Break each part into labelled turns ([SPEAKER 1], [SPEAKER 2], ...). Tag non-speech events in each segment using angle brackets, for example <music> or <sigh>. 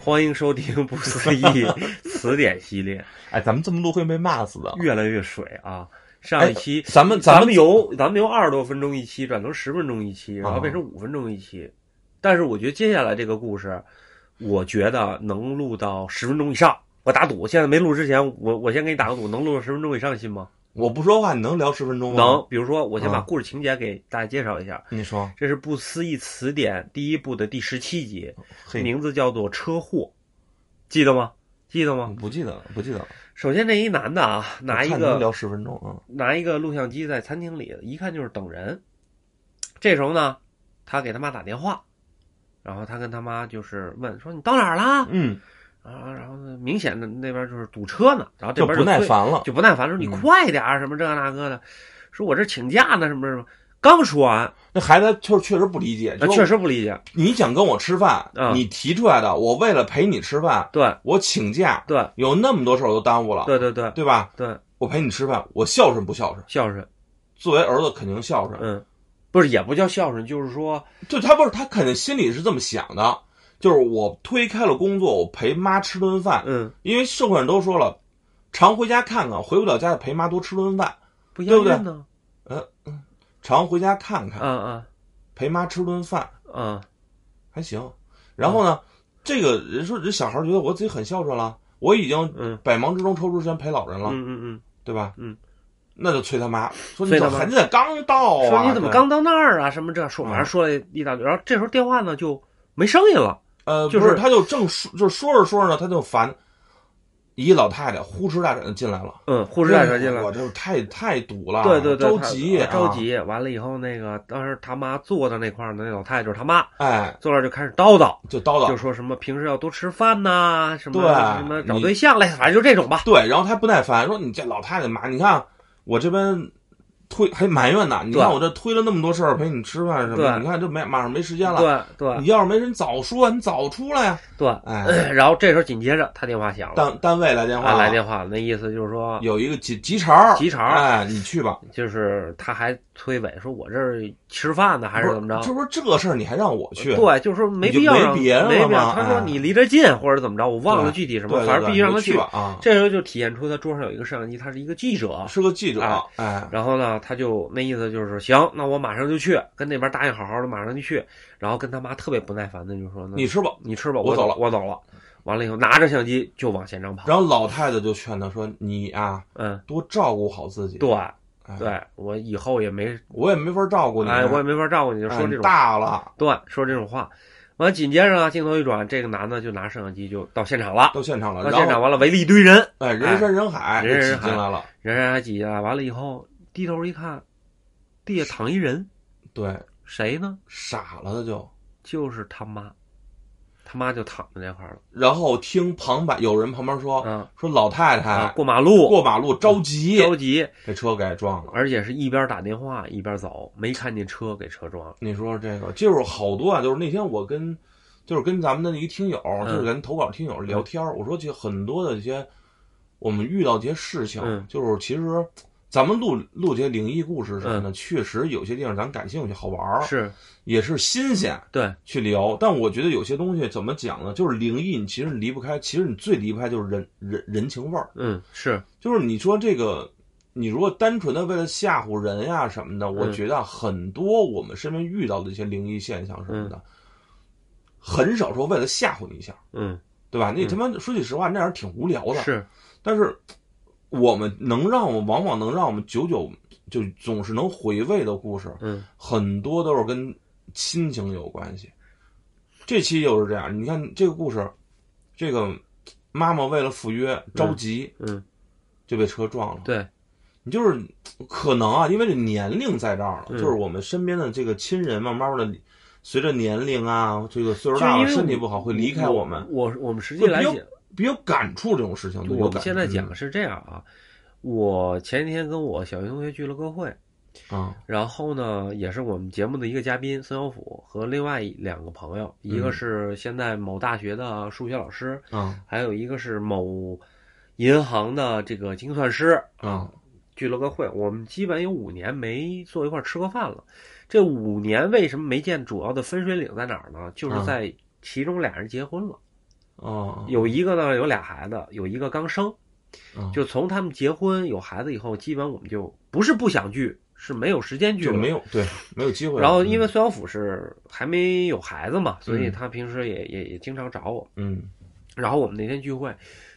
[SPEAKER 1] 欢迎收听不思议
[SPEAKER 2] <laughs>
[SPEAKER 1] 词典系列，
[SPEAKER 2] 哎，咱们这么录会被骂死的。
[SPEAKER 1] 越来越水啊！上一期、
[SPEAKER 2] 咱们
[SPEAKER 1] 咱
[SPEAKER 2] 哎咱们
[SPEAKER 1] 由咱们由二十多分钟一期转成十分钟一期，然后
[SPEAKER 2] 啊
[SPEAKER 1] 变成五分钟一期，但是我觉得接下来这个故事，我觉得能录到十分钟以上。我打赌，现在没录之前，我我先给你打个赌，能录到十分钟以上信吗？
[SPEAKER 2] 我不说话，你能聊十分钟吗？
[SPEAKER 1] 能。。比如说，我先把
[SPEAKER 2] 啊
[SPEAKER 1] 故事情节给大家介绍一下，
[SPEAKER 2] 你说，
[SPEAKER 1] 这是《不思议词典》第一部的第十七集，
[SPEAKER 2] 嘿，
[SPEAKER 1] 名字叫做《车祸》，记得吗？记得吗？
[SPEAKER 2] 不记得了，不记得了。
[SPEAKER 1] 首先，这一男的啊，拿一
[SPEAKER 2] 我看能
[SPEAKER 1] 个
[SPEAKER 2] 聊十分钟啊。
[SPEAKER 1] 拿一个录像机在餐厅里，一看就是等人。这时候呢，他给他妈打电话，然后他跟他妈就是问说：“你到哪儿啦
[SPEAKER 2] 嗯，？”
[SPEAKER 1] 啊，然后呢明显的那边就是堵车呢，然后这
[SPEAKER 2] 就
[SPEAKER 1] 边
[SPEAKER 2] 不耐
[SPEAKER 1] 催
[SPEAKER 2] 烦了。
[SPEAKER 1] 就不耐烦说：“你
[SPEAKER 2] 嗯
[SPEAKER 1] 快点儿，什么这那个的。”说：“我这请假呢，什么什么。”刚说完，
[SPEAKER 2] 那孩子确确实不理解，
[SPEAKER 1] 那
[SPEAKER 2] 就
[SPEAKER 1] 呃确实不理解。
[SPEAKER 2] 你想跟我吃饭
[SPEAKER 1] 啊，
[SPEAKER 2] 你提出来的，我为了陪你吃饭，
[SPEAKER 1] 对
[SPEAKER 2] 我请假，
[SPEAKER 1] 对
[SPEAKER 2] 有那么多事儿我都耽误了，
[SPEAKER 1] 对对对
[SPEAKER 2] 对吧？
[SPEAKER 1] 对，
[SPEAKER 2] 我陪你吃饭，我孝顺不孝顺？
[SPEAKER 1] 孝顺，
[SPEAKER 2] 作为儿子肯定孝顺，
[SPEAKER 1] 嗯，不是也不叫孝顺，就是说，
[SPEAKER 2] 就他不是他肯定心里是这么想的，就是我推开了工作，我陪妈吃顿饭，
[SPEAKER 1] 嗯，
[SPEAKER 2] 因为社会上都说了，常回家看啊看，回不了家的陪妈多吃顿饭，
[SPEAKER 1] 不
[SPEAKER 2] 对
[SPEAKER 1] 押
[SPEAKER 2] 不对
[SPEAKER 1] 韵呢。
[SPEAKER 2] 常回家看
[SPEAKER 1] 啊
[SPEAKER 2] 看，
[SPEAKER 1] 啊
[SPEAKER 2] 陪妈吃顿饭
[SPEAKER 1] 啊！
[SPEAKER 2] 还行。然后呢，这个人说这小孩觉得我自己很孝顺了，我已经
[SPEAKER 1] 嗯
[SPEAKER 2] 百忙之中抽出时间陪老人了，
[SPEAKER 1] 嗯嗯嗯。
[SPEAKER 2] 对吧？
[SPEAKER 1] 嗯，
[SPEAKER 2] 那就催他妈说你
[SPEAKER 1] 催他
[SPEAKER 2] 怎
[SPEAKER 1] 妈
[SPEAKER 2] 么你怎么刚到啊？
[SPEAKER 1] 说你怎么
[SPEAKER 2] 对嗯
[SPEAKER 1] 刚到那儿啊？什么这说，反正说了一大堆。然后这时候电话呢就没声音了，
[SPEAKER 2] 呃，
[SPEAKER 1] 就
[SPEAKER 2] 不
[SPEAKER 1] 是
[SPEAKER 2] 他就正说，就说着说着呢，他就烦，一老太太呼哧大喘的进来了，
[SPEAKER 1] 嗯，护士大小进
[SPEAKER 2] 哎
[SPEAKER 1] 来
[SPEAKER 2] 呀。我这太太堵了，
[SPEAKER 1] 对对对，
[SPEAKER 2] 着
[SPEAKER 1] 他
[SPEAKER 2] 急、
[SPEAKER 1] 啊着，急。完了以后，那个当时他妈坐在那块儿呢，那老太太就是他妈
[SPEAKER 2] 哎，
[SPEAKER 1] 坐那儿就开始叨叨，
[SPEAKER 2] 就叨
[SPEAKER 1] 就
[SPEAKER 2] 叨，
[SPEAKER 1] 说什么平时要多吃饭呐，什么
[SPEAKER 2] 对
[SPEAKER 1] 什么找
[SPEAKER 2] 你
[SPEAKER 1] 对象嘞，反正就这种吧。
[SPEAKER 2] 对，然后他不耐烦，说你这老太太妈，你看我这边推还埋怨呢，你
[SPEAKER 1] 对
[SPEAKER 2] 看我这推了那么多事儿陪你吃饭什么
[SPEAKER 1] 对
[SPEAKER 2] 的，你看这没马上没时间了，
[SPEAKER 1] 对对
[SPEAKER 2] 你要是没人早说，你早出来呀、
[SPEAKER 1] 对。 <clears throat>
[SPEAKER 2] 哎，
[SPEAKER 1] 然后这时候紧接着他电话响了，
[SPEAKER 2] 单单位来电话
[SPEAKER 1] 啊
[SPEAKER 2] 了，
[SPEAKER 1] 来电话了，那意思就是说，
[SPEAKER 2] 有一个急急茬儿，
[SPEAKER 1] 急茬儿
[SPEAKER 2] 哎，你去吧，
[SPEAKER 1] 就是他还推诿说我这儿吃饭呢，还是
[SPEAKER 2] 不
[SPEAKER 1] 怎么着？
[SPEAKER 2] 这不是这事儿你还让我去？
[SPEAKER 1] 对，就是说没
[SPEAKER 2] 你就
[SPEAKER 1] 必要
[SPEAKER 2] 没
[SPEAKER 1] 让
[SPEAKER 2] 别人
[SPEAKER 1] 没
[SPEAKER 2] 了
[SPEAKER 1] 必要。
[SPEAKER 2] 嘛
[SPEAKER 1] 他说
[SPEAKER 2] 哎
[SPEAKER 1] 你离着近或者怎么着，我忘了
[SPEAKER 2] 对
[SPEAKER 1] 具体什
[SPEAKER 2] 对
[SPEAKER 1] 么，
[SPEAKER 2] 对
[SPEAKER 1] 反正
[SPEAKER 2] 对
[SPEAKER 1] 必须让
[SPEAKER 2] 你
[SPEAKER 1] 他
[SPEAKER 2] 就去吧啊！
[SPEAKER 1] 这时候就体现出他桌上有一个摄像机，他是一个记者。
[SPEAKER 2] 是个记者
[SPEAKER 1] 哎，
[SPEAKER 2] 哎，
[SPEAKER 1] 然后呢，他就那意思就是行，那我马上就去，跟那边答应好好的，马上就去。然后跟他妈特别不耐烦的就说：“那
[SPEAKER 2] 你吃吧。
[SPEAKER 1] 你吃吧，
[SPEAKER 2] 我
[SPEAKER 1] 我
[SPEAKER 2] 走了
[SPEAKER 1] 我走了。”完了以后，拿着相机就往现场跑。
[SPEAKER 2] 然后老太太就劝他说：“你啊，
[SPEAKER 1] 嗯，
[SPEAKER 2] 多照顾好自己。
[SPEAKER 1] 对
[SPEAKER 2] 哎
[SPEAKER 1] 对，我以后也没，
[SPEAKER 2] 我也没法照顾你，啊
[SPEAKER 1] 哎，我也没法照顾你，就
[SPEAKER 2] 哎
[SPEAKER 1] 说这
[SPEAKER 2] 你
[SPEAKER 1] 种
[SPEAKER 2] 大了，
[SPEAKER 1] 对，说这种话。完，紧接着呢，镜头一转，这个男的就拿摄像机就到现场了，
[SPEAKER 2] 到现场了，
[SPEAKER 1] 到
[SPEAKER 2] 然后
[SPEAKER 1] 现场完了围了一堆人。
[SPEAKER 2] 哎，人山人海，
[SPEAKER 1] 人山人
[SPEAKER 2] 挤进来了。
[SPEAKER 1] 人人还挤进来，啊完了以后低头一看，地下躺一人，
[SPEAKER 2] 对，
[SPEAKER 1] 谁呢？
[SPEAKER 2] 傻了他就。
[SPEAKER 1] 就是他妈，他妈就躺在那块儿了
[SPEAKER 2] 然后听旁白，有人旁边说
[SPEAKER 1] 啊
[SPEAKER 2] 说老太
[SPEAKER 1] 啊！
[SPEAKER 2] 太
[SPEAKER 1] 过马路
[SPEAKER 2] 哦
[SPEAKER 1] 嗯
[SPEAKER 2] 哎过马路着急，
[SPEAKER 1] 着急，
[SPEAKER 2] 这车给撞了。
[SPEAKER 1] 而且是一边打电话一边走，没看见车给车撞了。
[SPEAKER 2] 你说这个就是好多啊，就是那天我跟就是跟咱们的一个听友，
[SPEAKER 1] 嗯
[SPEAKER 2] 就是咱投稿听友聊天儿，我说其实很多的一些我们遇到一些事情，
[SPEAKER 1] 嗯
[SPEAKER 2] 就是其实咱们录录这些灵异故事什么的，确实有些地方咱感兴趣好玩儿，
[SPEAKER 1] 嗯是
[SPEAKER 2] 也是新鲜
[SPEAKER 1] 对
[SPEAKER 2] 去聊。但我觉得有些东西怎么讲呢？就是灵异，你其实离不开，其实你最离不开就是人人人情味儿。
[SPEAKER 1] 嗯是
[SPEAKER 2] 就是你说这个，你如果单纯的为了吓唬人呀、什么的，我
[SPEAKER 1] 嗯
[SPEAKER 2] 觉得很多我们身边遇到的一些灵异现象什么的，很少说为了吓唬你一下，
[SPEAKER 1] 嗯
[SPEAKER 2] 对吧？你他妈说句实话，那样挺无聊的。，
[SPEAKER 1] 是
[SPEAKER 2] 但是我们能让我往往能让我们久久就总是能回味的故事，
[SPEAKER 1] 嗯
[SPEAKER 2] 很多都是跟亲情有关系。这期就是这样，你看这个故事，这个妈妈为了赴约着急
[SPEAKER 1] 嗯
[SPEAKER 2] 就被车撞了。
[SPEAKER 1] 对
[SPEAKER 2] 你就是可能啊，因为这年龄在这儿了，
[SPEAKER 1] 嗯
[SPEAKER 2] 就是我们身边的这个亲人，慢慢的随着年龄啊，这个岁数
[SPEAKER 1] 就
[SPEAKER 2] 大
[SPEAKER 1] 因
[SPEAKER 2] 了，
[SPEAKER 1] 为
[SPEAKER 2] 身体不好会离开我们，
[SPEAKER 1] 我我们实际
[SPEAKER 2] 会
[SPEAKER 1] 来
[SPEAKER 2] 比较
[SPEAKER 1] 讲。
[SPEAKER 2] 比较感触这种事情。
[SPEAKER 1] 就
[SPEAKER 2] 都
[SPEAKER 1] 我
[SPEAKER 2] 有
[SPEAKER 1] 们
[SPEAKER 2] 感
[SPEAKER 1] 现在
[SPEAKER 2] 触
[SPEAKER 1] 讲的是这样啊，我前几天跟我小学同学聚了个会，
[SPEAKER 2] 啊，
[SPEAKER 1] 然后呢，也是我们节目的一个嘉宾孙小虎和另外两个朋友，一
[SPEAKER 2] 嗯
[SPEAKER 1] 个是现在某大学的数学老师，
[SPEAKER 2] 啊
[SPEAKER 1] 还有一个是某银行的这个精算师，
[SPEAKER 2] 啊
[SPEAKER 1] 聚了个会。我们基本有五年没坐一块儿吃过饭了。这五年为什么没见？主要的分水岭在哪儿呢？就是
[SPEAKER 2] 嗯
[SPEAKER 1] 在其中俩人结婚了，
[SPEAKER 2] 啊，
[SPEAKER 1] 有一个呢有俩孩子，有一个刚生，
[SPEAKER 2] 嗯
[SPEAKER 1] 就从他们结婚有孩子以后，基本我们就不是不想聚，是没有时间聚
[SPEAKER 2] 就
[SPEAKER 1] 了，
[SPEAKER 2] 没有对没有机会了。
[SPEAKER 1] 然后因为
[SPEAKER 2] 嗯
[SPEAKER 1] 孙小虎是还没有孩子嘛，所以
[SPEAKER 2] 嗯
[SPEAKER 1] 他平时也也也经常找我。
[SPEAKER 2] 嗯
[SPEAKER 1] 然后我们那天聚会，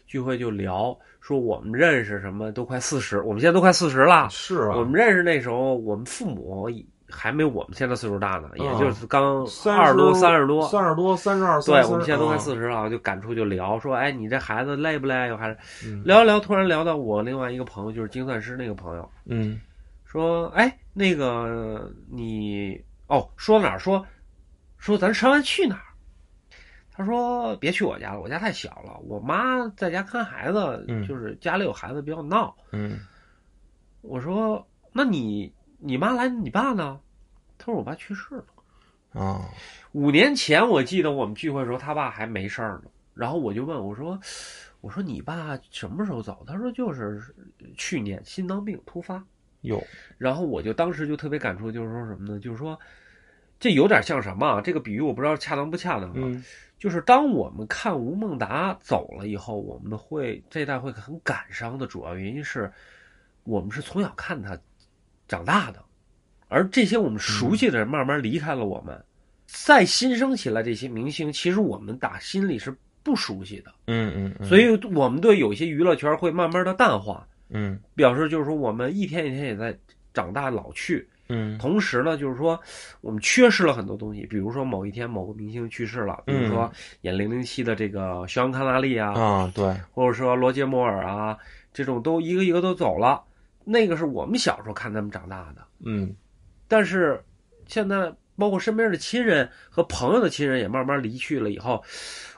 [SPEAKER 1] 聚会就聊说我们认识什么都快四十，我们现在都快四十了。
[SPEAKER 2] 是啊，
[SPEAKER 1] 我们认识那时候，我们父母还没我们现在岁数大呢，
[SPEAKER 2] 嗯
[SPEAKER 1] 也就是刚
[SPEAKER 2] 三
[SPEAKER 1] 二十多、
[SPEAKER 2] 三
[SPEAKER 1] 三十多。
[SPEAKER 2] 三十多、三十啊嗯二、
[SPEAKER 1] 对，我们现在都快
[SPEAKER 2] 十
[SPEAKER 1] 四十了，就感触就聊说，哎，你这孩子累不累？有孩子
[SPEAKER 2] 嗯
[SPEAKER 1] 聊一聊，突然聊到我另外一个朋友，就是精算师那个朋友，
[SPEAKER 2] 嗯
[SPEAKER 1] 说，哎，那个你哦，说哪儿说，说咱吃完去哪儿？他说别去我家了，我家太小了，我妈在家看孩子，
[SPEAKER 2] 嗯
[SPEAKER 1] 就是家里有孩子比较闹。
[SPEAKER 2] 嗯
[SPEAKER 1] 我说那你你妈来你爸呢？他说我爸去世了。
[SPEAKER 2] 啊
[SPEAKER 1] 五年前我记得我们聚会的时候，他爸还没事儿呢。然后我就问我说，我说你爸什么时候走？他说就是去年心脏病突发。
[SPEAKER 2] 有
[SPEAKER 1] 然后我就当时就特别感触，就是说什么呢？就是说，这有点像什么啊？这个比喻我不知道恰当不恰当啊。
[SPEAKER 2] 嗯
[SPEAKER 1] 就是当我们看吴孟达走了以后，我们会这一代会很感伤的主要原因是，我们是从小看他长大的，而这些我们
[SPEAKER 2] 嗯
[SPEAKER 1] 熟悉的人慢慢离开了我们，再新生起来这些明星，其实我们打心里是不熟悉的，
[SPEAKER 2] 嗯嗯嗯，
[SPEAKER 1] 所以我们对有些娱乐圈会慢慢的淡化，
[SPEAKER 2] 嗯
[SPEAKER 1] 表示就是说我们一天一天也在长大老去。
[SPEAKER 2] 嗯
[SPEAKER 1] 同时呢，就是说我们缺失了很多东西，比如说某一天某个明星去世了，比如说演零零七的这个肖恩康纳利啊，
[SPEAKER 2] 嗯啊对
[SPEAKER 1] 或者说罗杰摩尔啊，这种都一个一个都走了。那个是我们小时候看他们长大的，
[SPEAKER 2] 嗯
[SPEAKER 1] 但是现在包括身边的亲人和朋友的亲人也慢慢离去了以后，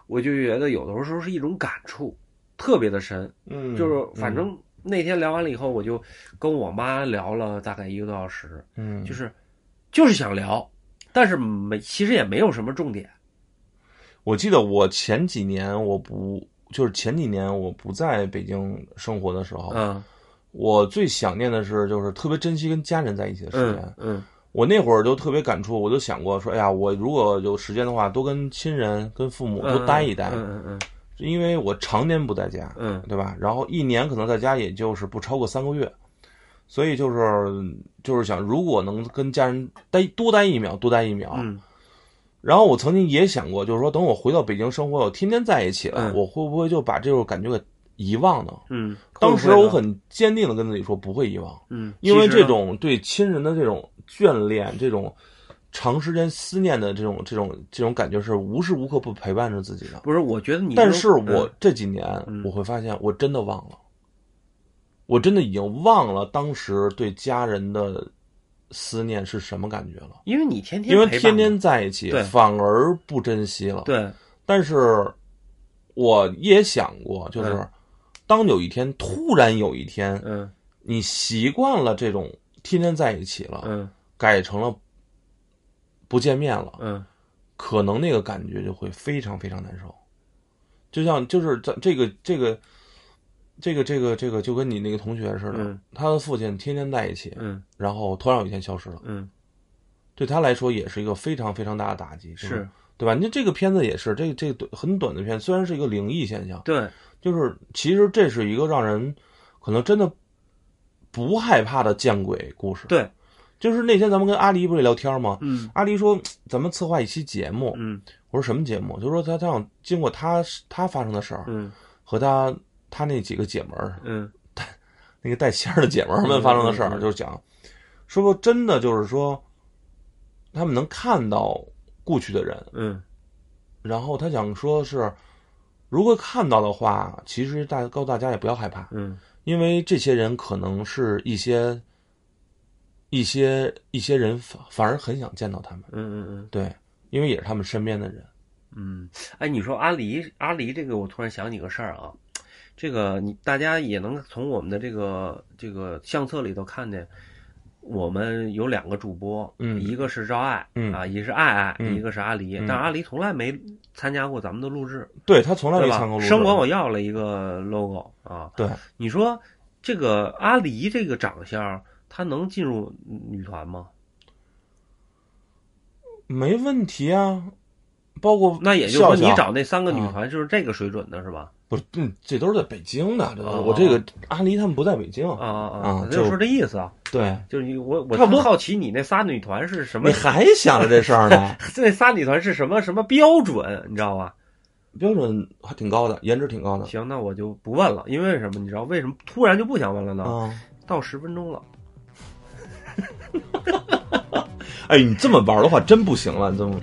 [SPEAKER 1] 我就觉得有的时候是一种感触，特别的深。
[SPEAKER 2] 嗯
[SPEAKER 1] 就是反正那天聊完了以后，我就跟我妈聊了大概一个多小时，
[SPEAKER 2] 嗯
[SPEAKER 1] 就是就是想聊，但是没其实也没有什么重点。
[SPEAKER 2] 我记得我前几年我不就是前几年我不在北京生活的时候，
[SPEAKER 1] 嗯
[SPEAKER 2] 我最想念的是就是特别珍惜跟家人在一起的时间
[SPEAKER 1] 嗯。嗯
[SPEAKER 2] 我那会儿就特别感触，我就想过说，哎呀，我如果有时间的话，多跟亲人、跟父母多
[SPEAKER 1] 嗯，
[SPEAKER 2] 待一待，
[SPEAKER 1] 嗯嗯
[SPEAKER 2] 因为我常年不在家，
[SPEAKER 1] 嗯
[SPEAKER 2] 对吧？然后一年可能在家也就是不超过三个月，所以就是就是想，如果能跟家人待多待一秒，多待一秒。啊
[SPEAKER 1] 嗯
[SPEAKER 2] 然后我曾经也想过，就是说，等我回到北京生活，我天天在一起了，
[SPEAKER 1] 嗯
[SPEAKER 2] 我会不会就把这种感觉给遗忘呢？
[SPEAKER 1] 嗯，
[SPEAKER 2] 当时我很坚定的跟自己说，不会遗忘，
[SPEAKER 1] 嗯，
[SPEAKER 2] 因为
[SPEAKER 1] 其实
[SPEAKER 2] 这
[SPEAKER 1] 呢
[SPEAKER 2] 种对亲人的这种眷恋，这种长时间思念的这种这种这种感觉，是无时无刻不陪伴着自己的。
[SPEAKER 1] 不是，我觉得你这
[SPEAKER 2] 但
[SPEAKER 1] 种，
[SPEAKER 2] 是我这几年
[SPEAKER 1] 嗯
[SPEAKER 2] 我会发现，我真的忘了，我真的已经忘了当时对家人的思念是什么感觉了，
[SPEAKER 1] 因为你天天
[SPEAKER 2] 因为
[SPEAKER 1] 陪伴
[SPEAKER 2] 天天
[SPEAKER 1] 嘛
[SPEAKER 2] 在一起
[SPEAKER 1] 对，
[SPEAKER 2] 反而不珍惜了。
[SPEAKER 1] 对
[SPEAKER 2] 但是我也想过，就是
[SPEAKER 1] 嗯
[SPEAKER 2] 当有一天突然有一天，
[SPEAKER 1] 嗯
[SPEAKER 2] 你习惯了这种天天在一起了，
[SPEAKER 1] 嗯
[SPEAKER 2] 改成了不见面了，
[SPEAKER 1] 嗯
[SPEAKER 2] 可能那个感觉就会非常非常难受。就像就是咱这个这个这个这个这个，就跟你那个同学似的
[SPEAKER 1] 嗯，
[SPEAKER 2] 他的父亲天天在一起，
[SPEAKER 1] 嗯
[SPEAKER 2] 然后突然有一天消失了，
[SPEAKER 1] 嗯
[SPEAKER 2] 对他来说也是一个非常非常大的打击，就是对吧？你这个片子也是，这这短很短的片，虽然是一个灵异现象，
[SPEAKER 1] 对
[SPEAKER 2] 就是其实这是一个让人可能真的不害怕的见鬼故事。，
[SPEAKER 1] 对
[SPEAKER 2] 就是那天咱们跟阿狸不是聊天吗？
[SPEAKER 1] 嗯
[SPEAKER 2] 阿狸说咱们策划一期节目，
[SPEAKER 1] 嗯
[SPEAKER 2] 我说什么节目？就说他他想经过他他发生的事儿
[SPEAKER 1] 嗯
[SPEAKER 2] 和他他那几个姐们儿，
[SPEAKER 1] 嗯
[SPEAKER 2] 那个带仙儿的姐们儿们发生的事
[SPEAKER 1] 嗯嗯
[SPEAKER 2] 儿，
[SPEAKER 1] 嗯
[SPEAKER 2] 就是讲说说真的就是说他们能看到故去的人，
[SPEAKER 1] 嗯
[SPEAKER 2] 然后他想说是，如果看到的话，其实大告诉大家也不要害怕，
[SPEAKER 1] 嗯
[SPEAKER 2] 因为这些人可能是一些一些一些人反反而很想见到他们，
[SPEAKER 1] 嗯嗯
[SPEAKER 2] 对，因为也是他们身边的人。
[SPEAKER 1] 嗯，哎，你说阿狸阿狸这个，我突然想起个事儿啊。这个你大家也能从我们的这个这个相册里头看见，我们有两个主播，
[SPEAKER 2] 嗯
[SPEAKER 1] 一个是赵爱，
[SPEAKER 2] 嗯
[SPEAKER 1] 啊，一个是爱爱，
[SPEAKER 2] 嗯
[SPEAKER 1] 一个是阿狸，
[SPEAKER 2] 嗯
[SPEAKER 1] 但阿狸从来没参加过咱们的录制，
[SPEAKER 2] 对他从来没
[SPEAKER 1] 对
[SPEAKER 2] 参过
[SPEAKER 1] 吧？
[SPEAKER 2] 录制
[SPEAKER 1] 生管我要了一个 logo 啊，
[SPEAKER 2] 对，
[SPEAKER 1] 你说这个阿狸这个长相，她能进入女团吗？
[SPEAKER 2] 没问题啊，包括
[SPEAKER 1] 那也就是说，
[SPEAKER 2] 笑啊笑
[SPEAKER 1] 你找那三个女团就是这个水准的是吧？
[SPEAKER 2] 不是，嗯，这都是在北京的，这都是
[SPEAKER 1] 哦
[SPEAKER 2] 我这个阿离他们不在北京，
[SPEAKER 1] <laughs> 啊啊
[SPEAKER 2] 啊
[SPEAKER 1] 那
[SPEAKER 2] 就
[SPEAKER 1] 就是说这意思啊，
[SPEAKER 2] 对，
[SPEAKER 1] 就是你我我
[SPEAKER 2] 差不多
[SPEAKER 1] 特好奇你那仨女团是什么
[SPEAKER 2] 你，还想着这事
[SPEAKER 1] <laughs>
[SPEAKER 2] 儿呢？
[SPEAKER 1] 那仨女团是什么什么标准，你知道吧？
[SPEAKER 2] 标准还挺高的，颜值挺高的
[SPEAKER 1] 行，那我就不问了，因为什么？你知道为什么突然就不想问了呢？
[SPEAKER 2] 啊！
[SPEAKER 1] 到十分钟了，
[SPEAKER 2] 哎，你这么玩的话，真不行了，你这么。